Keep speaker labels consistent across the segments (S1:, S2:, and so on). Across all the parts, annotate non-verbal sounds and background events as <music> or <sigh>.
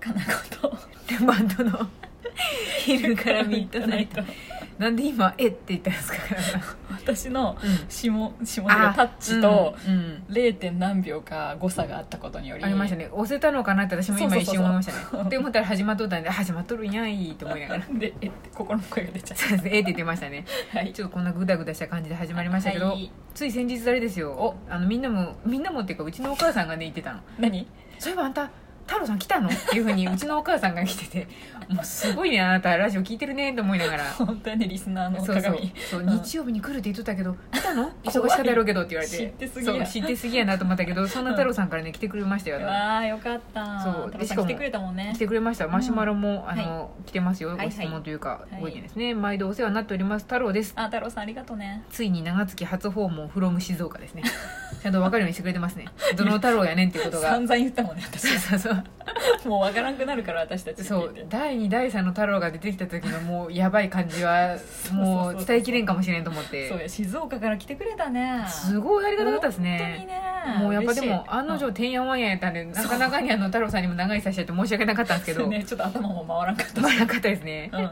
S1: かなこと
S2: レバンドの昼からミッドナイトなんで今「えっ?」て言ったんですか、
S1: 私の
S2: うん
S1: 下下手
S2: あ
S1: がタッチと、
S2: うんうん、
S1: 0. 点何秒か誤差があったことにより
S2: ありましたね押せたのかなって私も今一瞬思いましたね <laughs> って思ったら始まっとったんで始まっとるんやいと思いながら
S1: でえって心の声が出ちゃっ
S2: そうですねえって出てましたね
S1: たはい
S2: ちょっとこんなグダグダした感じで始まりましたけど、
S1: はい
S2: つい先日あれですよ
S1: お
S2: あのみんなもみんなもっていうかうちのお母さんがね言ってたの
S1: 何
S2: そういえばあんた太郎さん来たのっていうふうにうちのお母さんが来ててもうすごいねあなたラジオ聞いてるねと思いながら
S1: 本当やねリスナーの
S2: そうそう
S1: 鏡
S2: そう
S1: うん
S2: 日曜日に来るって言っとったけど来たの忙し
S1: 怖い
S2: かったやろうけどって言われて
S1: 知ってすぎや
S2: そう知ってすぎやなと思ったけどそんな太郎さんからね来てくれましたよ
S1: わあよかった
S2: そう
S1: 太
S2: で
S1: 郎
S2: し
S1: さ
S2: か
S1: ん来
S2: も
S1: てくれたもんね
S2: 来てくれましたマシュマロも、あの、来てますよ、
S1: はいはい
S2: ご質問というか、
S1: はい
S2: ご意見ですね毎度お世話になっております太郎です
S1: あ太郎さんありがとうね
S2: ついに長月初訪問フロム静
S1: <laughs>
S2: 岡ですねちゃんと分かるようにしてくれてますねどの太郎やねんっていうことが
S1: 散々言ったもんね私
S2: <laughs> そうそうそう
S1: もうわからんくなるから私たちって
S2: そ
S1: 言っ
S2: う
S1: て <laughs>
S2: 第2第3の太郎が出てきた時のもうやばい感じは
S1: う
S2: もう伝えきれんかもしれんと思っ
S1: そう
S2: て
S1: や静岡から来てくれたね
S2: すごいありがたかったです
S1: 本当に
S2: ね
S1: ね
S2: もうやっぱで
S1: 嬉しい
S2: も案の
S1: う
S2: 定
S1: ん
S2: てんやわんややったんでなかなかにあの太郎さんにも長いさせちゃって申し訳なかったんですけ
S1: そ
S2: ど
S1: うねちょっと頭も回らんかった
S2: まあなかったですね <laughs>
S1: うん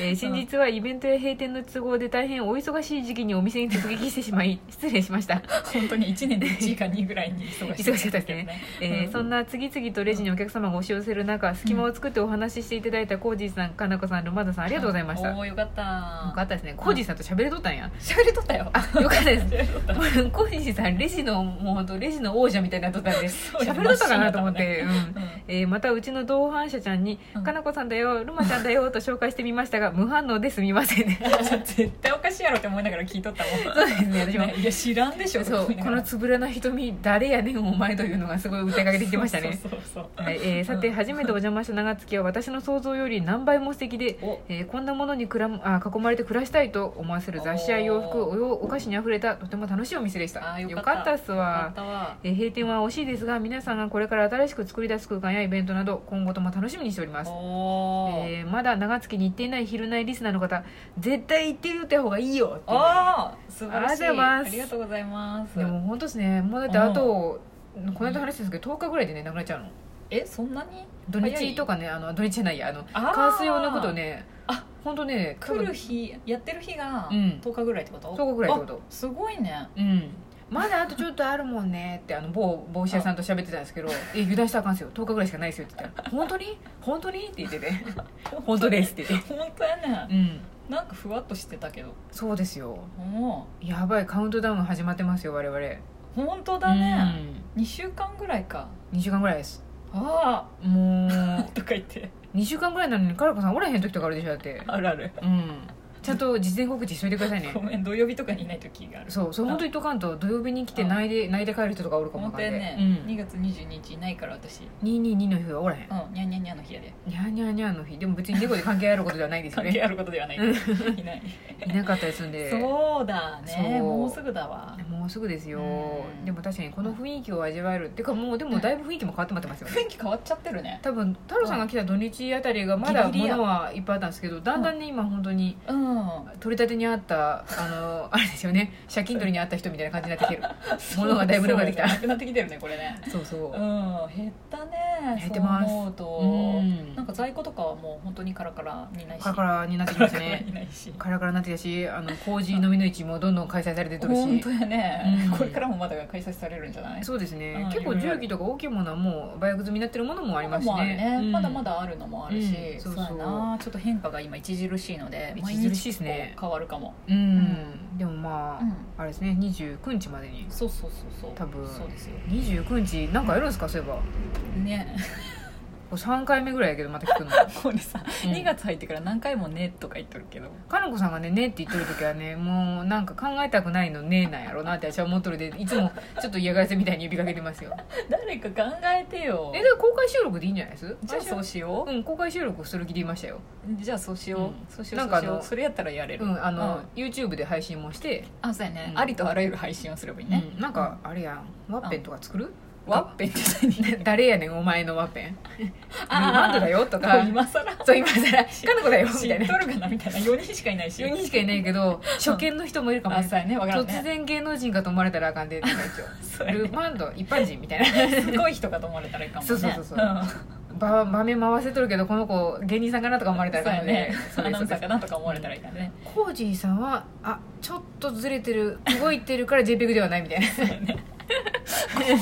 S2: えー先日はイベントや閉店の都合で大変お忙しい時期にお店に突撃してし
S1: <laughs>
S2: まい失礼しました、
S1: 本当に1年で1位か2位ぐらいに忙しい
S2: <laughs> 忙しかったですねえーそんな次々とレジにお客様が押し寄せる中隙間を作ってお話ししていただいたコージーさんかなこさんルマダさんあ
S1: あ
S2: りがとうございました、
S1: おおよかった
S2: よかったですねコージーさんと喋れとったんや
S1: 喋れとったよ
S2: あよかったで
S1: <laughs>
S2: す
S1: 喋れとった
S2: もうコージーさんレジのもう本当レジの王者みたいになっとったんで
S1: う
S2: 喋れとったかなと思って、うん
S1: うん
S2: えーまたうちの同伴者ちゃんに
S1: うん
S2: 「かなこさんだよルマちゃんだよ」と紹介してみましたが無反応ですみませ
S1: <laughs>
S2: んね
S1: 絶対おかしいやろって思いながら聞いとったもん
S2: そうですね私も
S1: ねいや知らんでしょ
S2: そう
S1: と思いな
S2: <laughs> こ
S1: がら
S2: のつぶらな瞳誰やねんお前というのがすごい歌いかけてきてましたね
S1: そうそうそうそう
S2: はいえーさて初めてお邪魔した長月は私の想像より何倍も素敵で、
S1: お
S2: えーこんなものにくらもあ囲まれて暮らしたいと思わせる雑誌や洋服
S1: お
S2: およお菓子にあふれたとても楽しいお店でした
S1: あーよか
S2: よ
S1: った
S2: かったっす
S1: あ
S2: わ
S1: ったわ
S2: えー閉店は惜しいですが皆さんがこれから新しく作り出す空間やイベントなど今後とも楽しみにしております
S1: おー
S2: えーまだ長月に行っていない昼内リスナーの方絶対行ってみた方がいいよっていう
S1: あー素晴らしい
S2: ありがとうございます
S1: ありがとうございます
S2: でも本当ですねもうだってあと、この間話したんですけど10日ぐらいでねなくなっちゃうの
S1: えそんなに
S2: 土日とかねあの土日じゃないやあの
S1: あー
S2: カース用のことね
S1: あ
S2: 本当ね多
S1: 来
S2: 分
S1: る日やってる日が
S2: うん
S1: 10日ぐらいってこと
S2: 10日ぐらいってこと
S1: あすごいね
S2: うんまだあとちょっとあるもんねってあの某帽子屋さんと喋ってたんですけど「え油断したらあかんすよ10日ぐらいしかないですよ」って言った
S1: <laughs>
S2: ら「本当に本当に?」って言ってて「本当です」って言って
S1: 本当やね
S2: うん
S1: なんかふわっとしてたけど
S2: そうですよ
S1: も
S2: やばいカウントダウン始まってますよ我々
S1: う本当だね、2週間ぐらいか
S2: うん、2週間ぐらいです
S1: あ
S2: もう
S1: あとか言って
S2: 2週間ぐらいなのにカラコさんおらへん時とかあるでしょだって
S1: あるある
S2: うんちゃんと事前告知しといてくださいね
S1: ごめん土曜日とかにいない時がある
S2: そうそう本当に言っとかんと土曜日に来て泣いで泣いて帰る人とかおるかも
S1: 本
S2: わ
S1: 当
S2: かん
S1: や
S2: で、
S1: ね、
S2: うん
S1: 2月22日いないから私うん
S2: 222の日はおらへん
S1: ニャンニャンニャンの日やで
S2: ニャーニャーニャーの日でも別に猫で関係あることではないですよ
S1: 関係
S2: ね
S1: あることではないけどい
S2: <laughs>
S1: ない
S2: いなかったですんで
S1: そうだね
S2: そう
S1: もうすぐだわ
S2: もうすぐですよ
S1: うん
S2: でも確かにこの雰囲気を味わえるってかもうでもだいぶ雰囲気も変わってまってますよね
S1: 雰囲気変わっちゃってるね
S2: 多分太郎さんが来た土日あたりがまだ
S1: ギリギリや
S2: 物はいっぱいあったんですけどだんだんね今本当に
S1: うん
S2: 取り立てにあったあのあれですよね借金取りにあった人みたいな感じになってきてるものがだいぶなくなってき
S1: <laughs> そうね
S2: た
S1: なくなってきてるねこれね
S2: そうそう
S1: うん減ったね
S2: 減ってます
S1: そう思うと、
S2: うん
S1: なんか在庫とかはもう本当にカラカラにないし
S2: カラカラになってき
S1: カ
S2: ま
S1: ラ
S2: し
S1: カ
S2: た
S1: ラ
S2: ね
S1: <laughs> にないし
S2: カラカラになってきたしあの工事飲みの市もどんどん開催されてとる
S1: 本
S2: し
S1: 当やね、
S2: うん
S1: これからもまだが開催されるんじゃない
S2: そうですね
S1: うん
S2: 結構重機とか大きいものはもうバイク済みになってるものもありますし
S1: もある
S2: ね
S1: ね、
S2: うん
S1: まだまだあるのもあるし、
S2: うんそ
S1: そうう
S2: そう
S1: やなちょっと変化が今著しいので毎
S2: 著しい
S1: 日
S2: ですね
S1: こう変わるかも、
S2: うんでもま
S1: うん
S2: ああれですね29日までに
S1: そうそうそうそう
S2: 多分
S1: そうですよ
S2: 29日なんかやるんですかそういえばこ
S1: ね
S2: れ3回目ぐらいやけどま
S1: <laughs>
S2: た聞くの
S1: これさ、
S2: うん
S1: 2月入ってから何回も「ね」とか言っとるけど
S2: かのこさんがね「ね」って言ってる時はねもうなんか考えたくないの「ね」なんやろうなって私は思っとるでいつもちょっと嫌がらせみたいに呼びかけてますよ
S1: 誰か考えてよ
S2: えだから公開収録でいいんじゃないです
S1: じゃあそうしよう、
S2: うん、公開収録する気でいましたよ、
S1: じゃあそうしよう、
S2: うん
S1: そうしよう
S2: なんかあ
S1: そうしよ
S2: の
S1: うそれやったらやれる
S2: うんあの YouTube で配信もして、
S1: あそうやね、
S2: うん
S1: ありとあらゆる配信をすればいいね、
S2: うんなんかあれやんワッペンとか作る、
S1: ワッペンって何
S2: <laughs> 誰やねんお前のワッペン
S1: <laughs> あー
S2: なんだよとか
S1: <laughs> 今更
S2: そう今
S1: <laughs>
S2: 更らかの子だよ
S1: 知
S2: み
S1: った
S2: いな
S1: とるかなみたいな4人しかいないし
S2: 4人しかいないけど初見の人もいるかも
S1: あ
S2: し
S1: そう
S2: れ
S1: やねわか
S2: ない
S1: らん
S2: 突
S1: ね
S2: 然芸能人かと思われたらあかんでなんか
S1: <laughs> そう
S2: 一応
S1: や
S2: ル
S1: ね
S2: マンド一般人みたいな
S1: すごい人かと思われたらいいかもね
S2: そうそうそうそう
S1: うん
S2: ば場面回せとるけどこの子芸人さんかなとか思われたら
S1: そう
S2: ダ
S1: や
S2: メで
S1: ね
S2: そ
S1: ア
S2: うで
S1: ナ
S2: す
S1: ウンサ
S2: そう
S1: ー
S2: で
S1: かなとか思われたらいいからね
S2: すコージーさんはあちょっとずれてる動いてるから JPEG ではないみたいな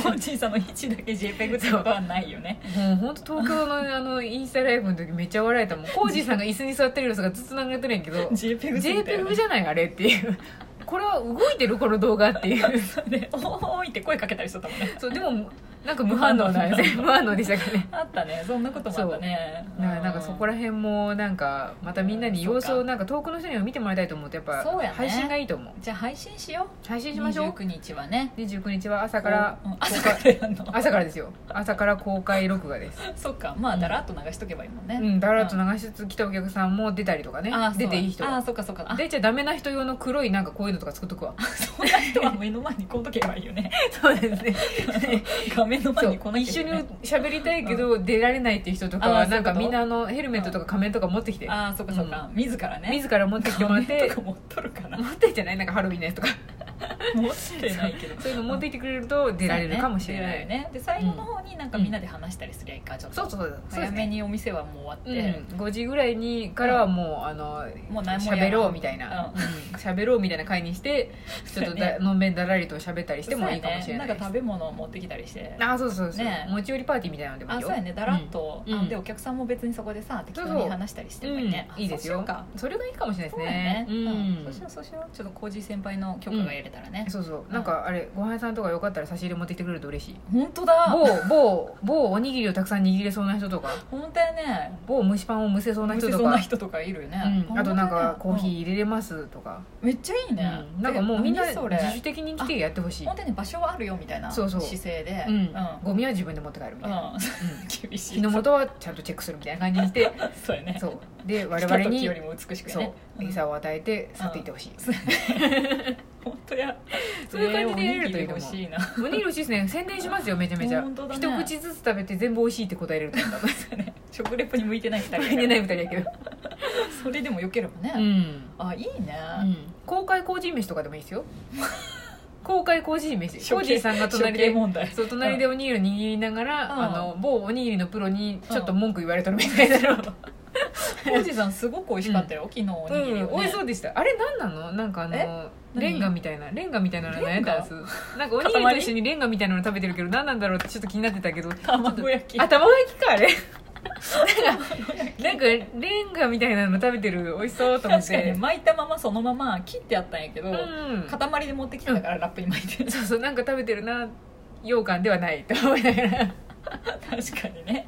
S1: 個人差の位置だけ JPEG ってことはないよね
S2: もう本当東
S1: <laughs>
S2: 京のあのインスタライブの時めっちゃ笑えたもんコージーさんが椅子に座ってる様子がずっと流れてるんやけど
S1: <laughs> JPEG すぎたよ
S2: JPEG
S1: ね
S2: じゃないあれっていうこれは動いてるこの動画っ
S1: <laughs>
S2: ていう
S1: で「おーい」って声かけたりしとったもんね
S2: そうでもなんか無反応なんですね無反応でしたから
S1: <laughs>
S2: ね
S1: あったねそんなこともあったね
S2: だからなんかそこら辺もなんかまたみんなに様子
S1: そう
S2: を
S1: か
S2: なんか遠くの人にも見てもらいたいと思うとやっぱ
S1: そうやね
S2: 配信がいいと思う
S1: じゃあ配信しよ
S2: 配
S1: う
S2: 信しましょう
S1: 29日はね
S2: 29日は朝から
S1: うん朝からやんの
S2: 朝からですよ朝から公開録画です
S1: そっかまあだらっと流しとけばいいもんね
S2: うんだらっと流しつつ来たお客さんも出たりとかね
S1: あーそう
S2: 出ていい人
S1: あ
S2: は
S1: ーそっかそっかあ
S2: 出ちゃダメな人用の黒いなんかこういうのとか作っとくわ
S1: そんな人は目の前にこんとけばいいよね
S2: そうです
S1: <laughs>
S2: ね
S1: 画面の前にこ
S2: そう
S1: の
S2: 一緒に喋りたいけど出られないっていう人とか
S1: あ
S2: は
S1: ーそうい
S2: な
S1: うんこと
S2: かみんなあのヘルメットとか仮面とか持ってきて
S1: ああそっかそっか、自らね
S2: 自ら持ってきてもらっ
S1: 画面 <laughs>
S2: て
S1: とか持っとるかな
S2: 持ってきてないなんかハロウィンのやつとか
S1: 持ってないけど
S2: そういうの持ってきてくれると出られるかもしれない、
S1: 出られるねで最後の方になんかみんなで話したりすりゃいいかちょっと
S2: そうそうそうそうで
S1: 早
S2: す
S1: め
S2: ね
S1: にお店はもう終わっ
S2: うん、
S1: て、
S2: 5時ぐらいにからはもう、あの
S1: もう何もやらん
S2: 喋ろうみたいな
S1: うん
S2: うん喋、ろうみたいな会にしてちょっと
S1: そうや
S2: だのんべんだらりと喋ったりしてもいいかもしれな
S1: そうやね
S2: い
S1: ん
S2: で
S1: か
S2: す、
S1: 食べ物を持ってきたりして
S2: あそうそうそう、
S1: ね
S2: 持ち寄りパーティーみたいなのでもいい
S1: あ
S2: よ
S1: そうやねだらっと、
S2: うん
S1: あ
S2: うん
S1: でお客さんも別にそこでさ適
S2: そう
S1: 当
S2: そう
S1: に話したりしてもいいね
S2: うんいいですよ
S1: あそうしようか
S2: それがいいかもしれないです
S1: そうやね、
S2: ねん
S1: うんそうしようそうしようちょっとコージー先輩の許可が得れたらね、
S2: そうそうなんかあれご飯屋さんとかよかったら差し入れ持ってきてくれると嬉しい
S1: 本当だ
S2: 某某某おにぎりをたくさん握れそうな人とか
S1: 本当やね
S2: 某蒸しパンを蒸せそうな
S1: 無
S2: 人
S1: せ
S2: と
S1: そうな
S2: か
S1: 人とかいるよね、
S2: うん、あとなんかコーヒー
S1: ー、
S2: 入れれますとか、
S1: うんめっちゃいいね、
S2: うんなんかもうみんな
S1: 何それ
S2: 自主的に来てやってほしい
S1: 本当に場所はあるよみたいな
S2: そうそう
S1: 姿勢で
S2: うん
S1: うん
S2: ゴミは自分で持って帰るみたいな、
S1: うん厳
S2: うん
S1: しい
S2: 火の元はちゃんとチェックするみたいな感じにして
S1: そうやね
S2: <laughs> そう
S1: <laughs>
S2: で我
S1: 我
S2: 々
S1: 々に
S2: に
S1: よりも美しくや
S2: そう
S1: ね
S2: 餌を与えて去っていってほしい、
S1: 本当や
S2: そういう感じでやれるといいと
S1: ねおにぎり
S2: 思う
S1: 欲しいな
S2: おにぎり美味しいですね宣伝しますよめちゃめちゃ、
S1: 本当だね
S2: 一口ずつ食べて全部美味しいって答えれると思う
S1: 食レポに向いてない2人
S2: 食べれないみたいだけど
S1: それでもよければね、
S2: うん、
S1: あいいね、
S2: うん、公開工事飯とかでもいい
S1: <laughs>
S2: ですよ公開工事飯
S1: 処
S2: 工
S1: 刑
S2: 事さんが隣
S1: 処刑
S2: で
S1: 問題
S2: そう隣でおにぎりを握りながら、
S1: うん
S2: あの某おにぎりのプロにちょっと文句言われとるみたいなの、
S1: コージさんすごく美味しかったよ、昨日お
S2: う
S1: にぎりを、
S2: ん、
S1: ね
S2: 美味しそうでしたあれ何なのなんかあの
S1: 何
S2: レンガみたいなレンガみたいなの何やったんですなんかおにぎりと一緒にレンガみたいなの食べてるけど何なんだろうってちょっと気になってたけど
S1: 卵焼き
S2: あ卵焼きかあれ <laughs> なんかレンガみたいなの食べてる美味しそうと思っ
S1: 確
S2: て
S1: かに巻いたままそのまま切ってあったんやけど、
S2: うん
S1: 塊で持ってきてたからラップに巻いて
S2: そうそうなんか食べてるな羊羹ではないと思いながら
S1: <laughs> 確かにね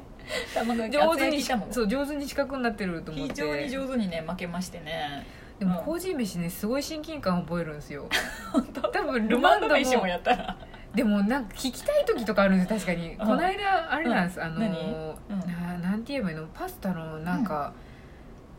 S1: 卵焼き
S2: 上
S1: 厚
S2: 手
S1: 焼
S2: に
S1: きしたもん
S2: そう上手に四角になってると思っ
S1: 非
S2: て
S1: 常に上手にね負けましてね
S2: でも
S1: うん
S2: 麹飯ねすごい親近感覚えるんですよ
S1: <laughs> 本当
S2: 多分ル
S1: ル
S2: マ
S1: マ
S2: ン
S1: ン
S2: ド
S1: ド
S2: も
S1: 飯もやったら
S2: でもなんか聞きたい時とかあるんです確かに
S1: ん
S2: この間あれなんです、あの
S1: 何うん
S2: ななんて言えばいいのパスタのなんか、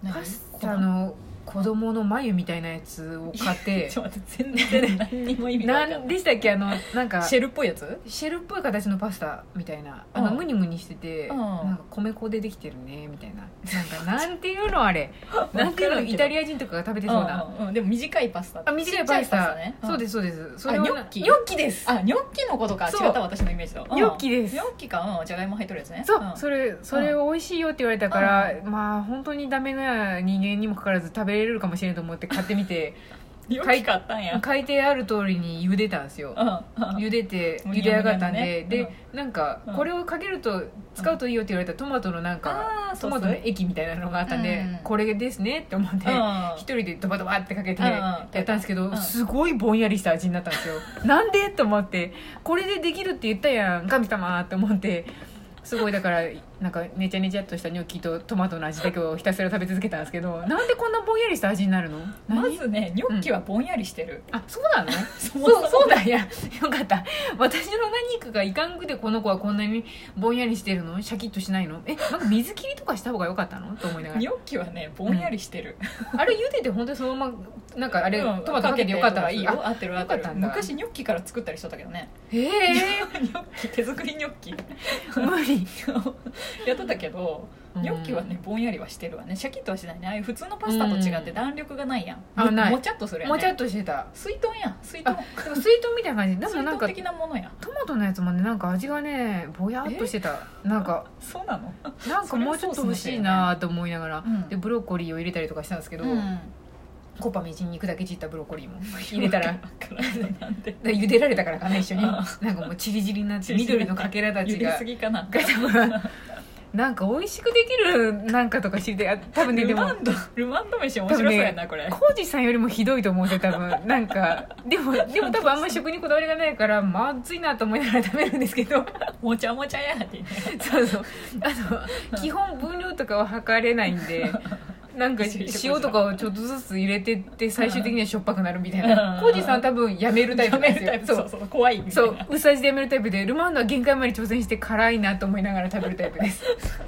S2: パスタ
S1: 何
S2: の子供の眉みたいなやつを買っ
S1: いや <laughs>
S2: て
S1: ちょっと待って全然何にも意味が分か
S2: 何
S1: んな
S2: でしたっけあのなんか
S1: いシェルっぽいやつ
S2: シェルっぽい形のパスタみたいなあ
S1: う
S2: の、
S1: ん
S2: ムニムニしてて、
S1: うん
S2: なんか米粉でできてるねみたいななんかなんていうのあれなんてい
S1: <laughs>
S2: う
S1: わから
S2: の
S1: んけど
S2: イタリア人とかが食べてそうな、
S1: うんうんうんでも短いパスタ
S2: あ短いパスタ
S1: ちっちゃね
S2: そうですすそうですそ
S1: あ
S2: れは
S1: ニョッキ
S2: ニョッキです
S1: あニョッキのことか
S2: そう
S1: 違った私のイメージとうん
S2: ニョッキです
S1: ニョッキかうんじゃがいも入っとるやつね
S2: そう、
S1: ん
S2: それそれを美味しいよって言われたから、まあ本当にダメな人間にもかかわらず食べれるかもしれんと思って買ってみて
S1: ニョッキ買ったんや
S2: 書いてある通りに茹でたんですよ
S1: うんうん
S2: 茹でて
S1: うん
S2: 茹で上がったんで、
S1: うん
S2: でなんか
S1: うん
S2: これをかけると使うといいよって言われたトマトのなんか、
S1: あー
S2: ト
S1: そうそ
S2: マ
S1: う
S2: トの液みたいなのがあったんで、
S1: うん
S2: これですねって思っ
S1: う
S2: て、
S1: ん
S2: 一人でドバドバってかけて
S1: うん
S2: やったんですけど、
S1: うん
S2: すごいぼんやりした味になったんですよ
S1: <laughs>
S2: なんでと思ってこれでできるって言ったやん神様って思ってすごいだからなんかねちゃねちゃっとしたニョッキとトマトの味だけをひたすら食べ続けたんですけどなんでこんなぼんやりした味になるの何
S1: まずねニョッキはぼんやりしてる
S2: あそうなの
S1: <laughs> そもそ
S2: そう
S1: も
S2: そうなんやよかった私の何かがいかんくてこの子はこんなにぼんやりしてるのシャキッとしないのえなんか水切りとかした方がよかったのと思いながら
S1: ニョッキはねぼんやりしてる
S2: あれ茹でて本当にそのままなんかあ
S1: あ
S2: れトマトかけてよかったらいいあ
S1: 合ってる合って
S2: よかっ
S1: る
S2: たんだ
S1: 昔ニョッキから
S2: <laughs>
S1: 作ったりしとったけどね
S2: へえ
S1: ニョッキ手作りニョッキ
S2: 無理
S1: <laughs> やってたけど
S2: うん
S1: ニョッキはねぼんやりはしてるわねシャキッとはしないねああいう普通のパスタと違って
S2: うん
S1: 弾力がないやん、
S2: あない
S1: もちゃっとするやん、ね、
S2: もちゃっとしてた
S1: 水筒やん水筒
S2: あでも水筒みたいな感じでも
S1: 水
S2: なん
S1: 筒
S2: か
S1: 的なものや
S2: トマトのやつもねなんか味がねぼやっとしてたなんか
S1: そうなの
S2: なんかもうちょっと欲しいなと思いながら、
S1: うん
S2: でブロッコリーを入れたりとかしたんですけど、コパみじん肉だけ散ったブロッコリーも入れ
S1: <laughs>
S2: たら
S1: なんで
S2: で茹でられたからかな一緒に
S1: あ
S2: なんかもうチリチリになって緑のかけらた
S1: ゆ
S2: ち
S1: り
S2: が
S1: すぎかな
S2: が多分なんか美味しくできるなんかとか知りたいあ多分ねで
S1: ル
S2: も
S1: マンドルマンド飯面白そうやなこれ
S2: 浩二さんよりもひどいと思うぜ多分な
S1: <laughs>
S2: んかでもでも多分あんまり食にこだわりがないからまずいなと思いながら食べるんですけど
S1: もちゃもちゃやって
S2: そうそうあの基本分量とかは測れないんでなんか塩とかをちょっとずつ入れてって最終的にはしょっぱくなるみたいな
S1: うん
S2: 浩二さん多分やめるタイ
S1: や
S2: プなん
S1: め
S2: です
S1: る
S2: よ
S1: タイプそうそう怖いみた
S2: そ
S1: いうな
S2: うさじでやめるタイプでルマンドは限界まで挑戦して辛いなと思いながら食べるタイプです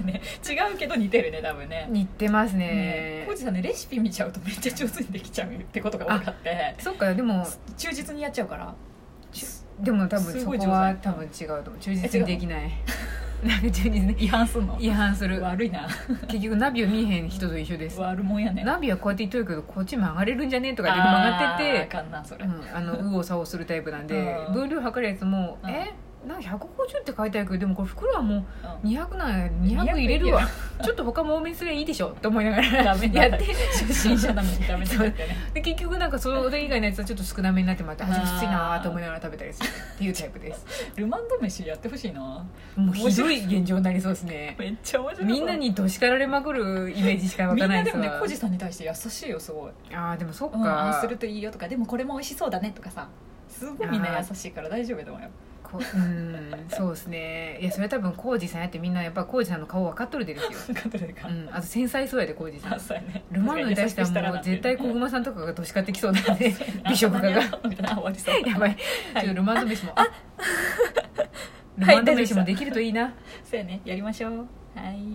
S1: ね違うけど似てるね多分ね
S2: 似てます
S1: ね
S2: ね
S1: 浩二さんねレシピ見ちゃうとめっちゃ上手にできちゃうってことが多かって
S2: そっかでも
S1: 忠実にやっちゃうから
S2: でも多分
S1: す
S2: そ
S1: ごい
S2: こは
S1: 上手
S2: 多分違うと思う忠実にできないなんか忠実に
S1: <laughs> 違反すんの
S2: 違反する
S1: 悪いな
S2: 結局ナビを見えへん人と一緒です
S1: <laughs> 悪もんやね
S2: ナビはこうやって言っとるけどこっち曲がれるんじゃねえとかで曲が
S1: あー
S2: っ
S1: あ
S2: てて
S1: かんなそれ、
S2: うんあの右往左往するタイプなんで
S1: うん
S2: 分量測るやつも
S1: うん
S2: えなんか150って書いてあるけどでもこれ袋はも
S1: うん
S2: う200なんや200入れるわちょっと他も多めにすればいいでしょと思いながら
S1: ダメだ
S2: やって
S1: 初心者なのにダメだってね
S2: で結局なんかそれ以外のやつはちょっと少なめになってもらって
S1: あー
S2: 味薄いなーと思いながら食べたりするっていうタイプです
S1: ルマンド飯やってほしいな
S2: もうひどい現状になりそうですね
S1: めっちゃ面白い
S2: みんなにどしかられまくるイメージしか湧
S1: み
S2: か
S1: ん
S2: な
S1: ないで
S2: です
S1: もね
S2: わ
S1: コジさんに対して優しいよすごい、
S2: ああでもそっ
S1: うん、ああ
S2: か
S1: するといいよとかでもこれも美味しそうだねとかさすごいみんな優しいから大丈夫だもんよ
S2: こうんそうですねいやそれは多分浩二さんやってみんなやっぱ浩二さんの顔分かっとるでですよ、
S1: 分かってるか、
S2: うん、あと繊細そうやで浩二さ
S1: あ
S2: ん
S1: そうやね
S2: ルマンドに対してはもう絶対小熊さんとかがどしかってきそうなん
S1: <laughs>
S2: で美食家
S1: あ
S2: が
S1: そんなにあんのみたいな終わりそう <laughs>
S2: やばい
S1: はい
S2: ちょっとルマンド飯もあ <laughs> ル
S1: はい
S2: マンド飯もできるといいな
S1: そうやねやりましょうはい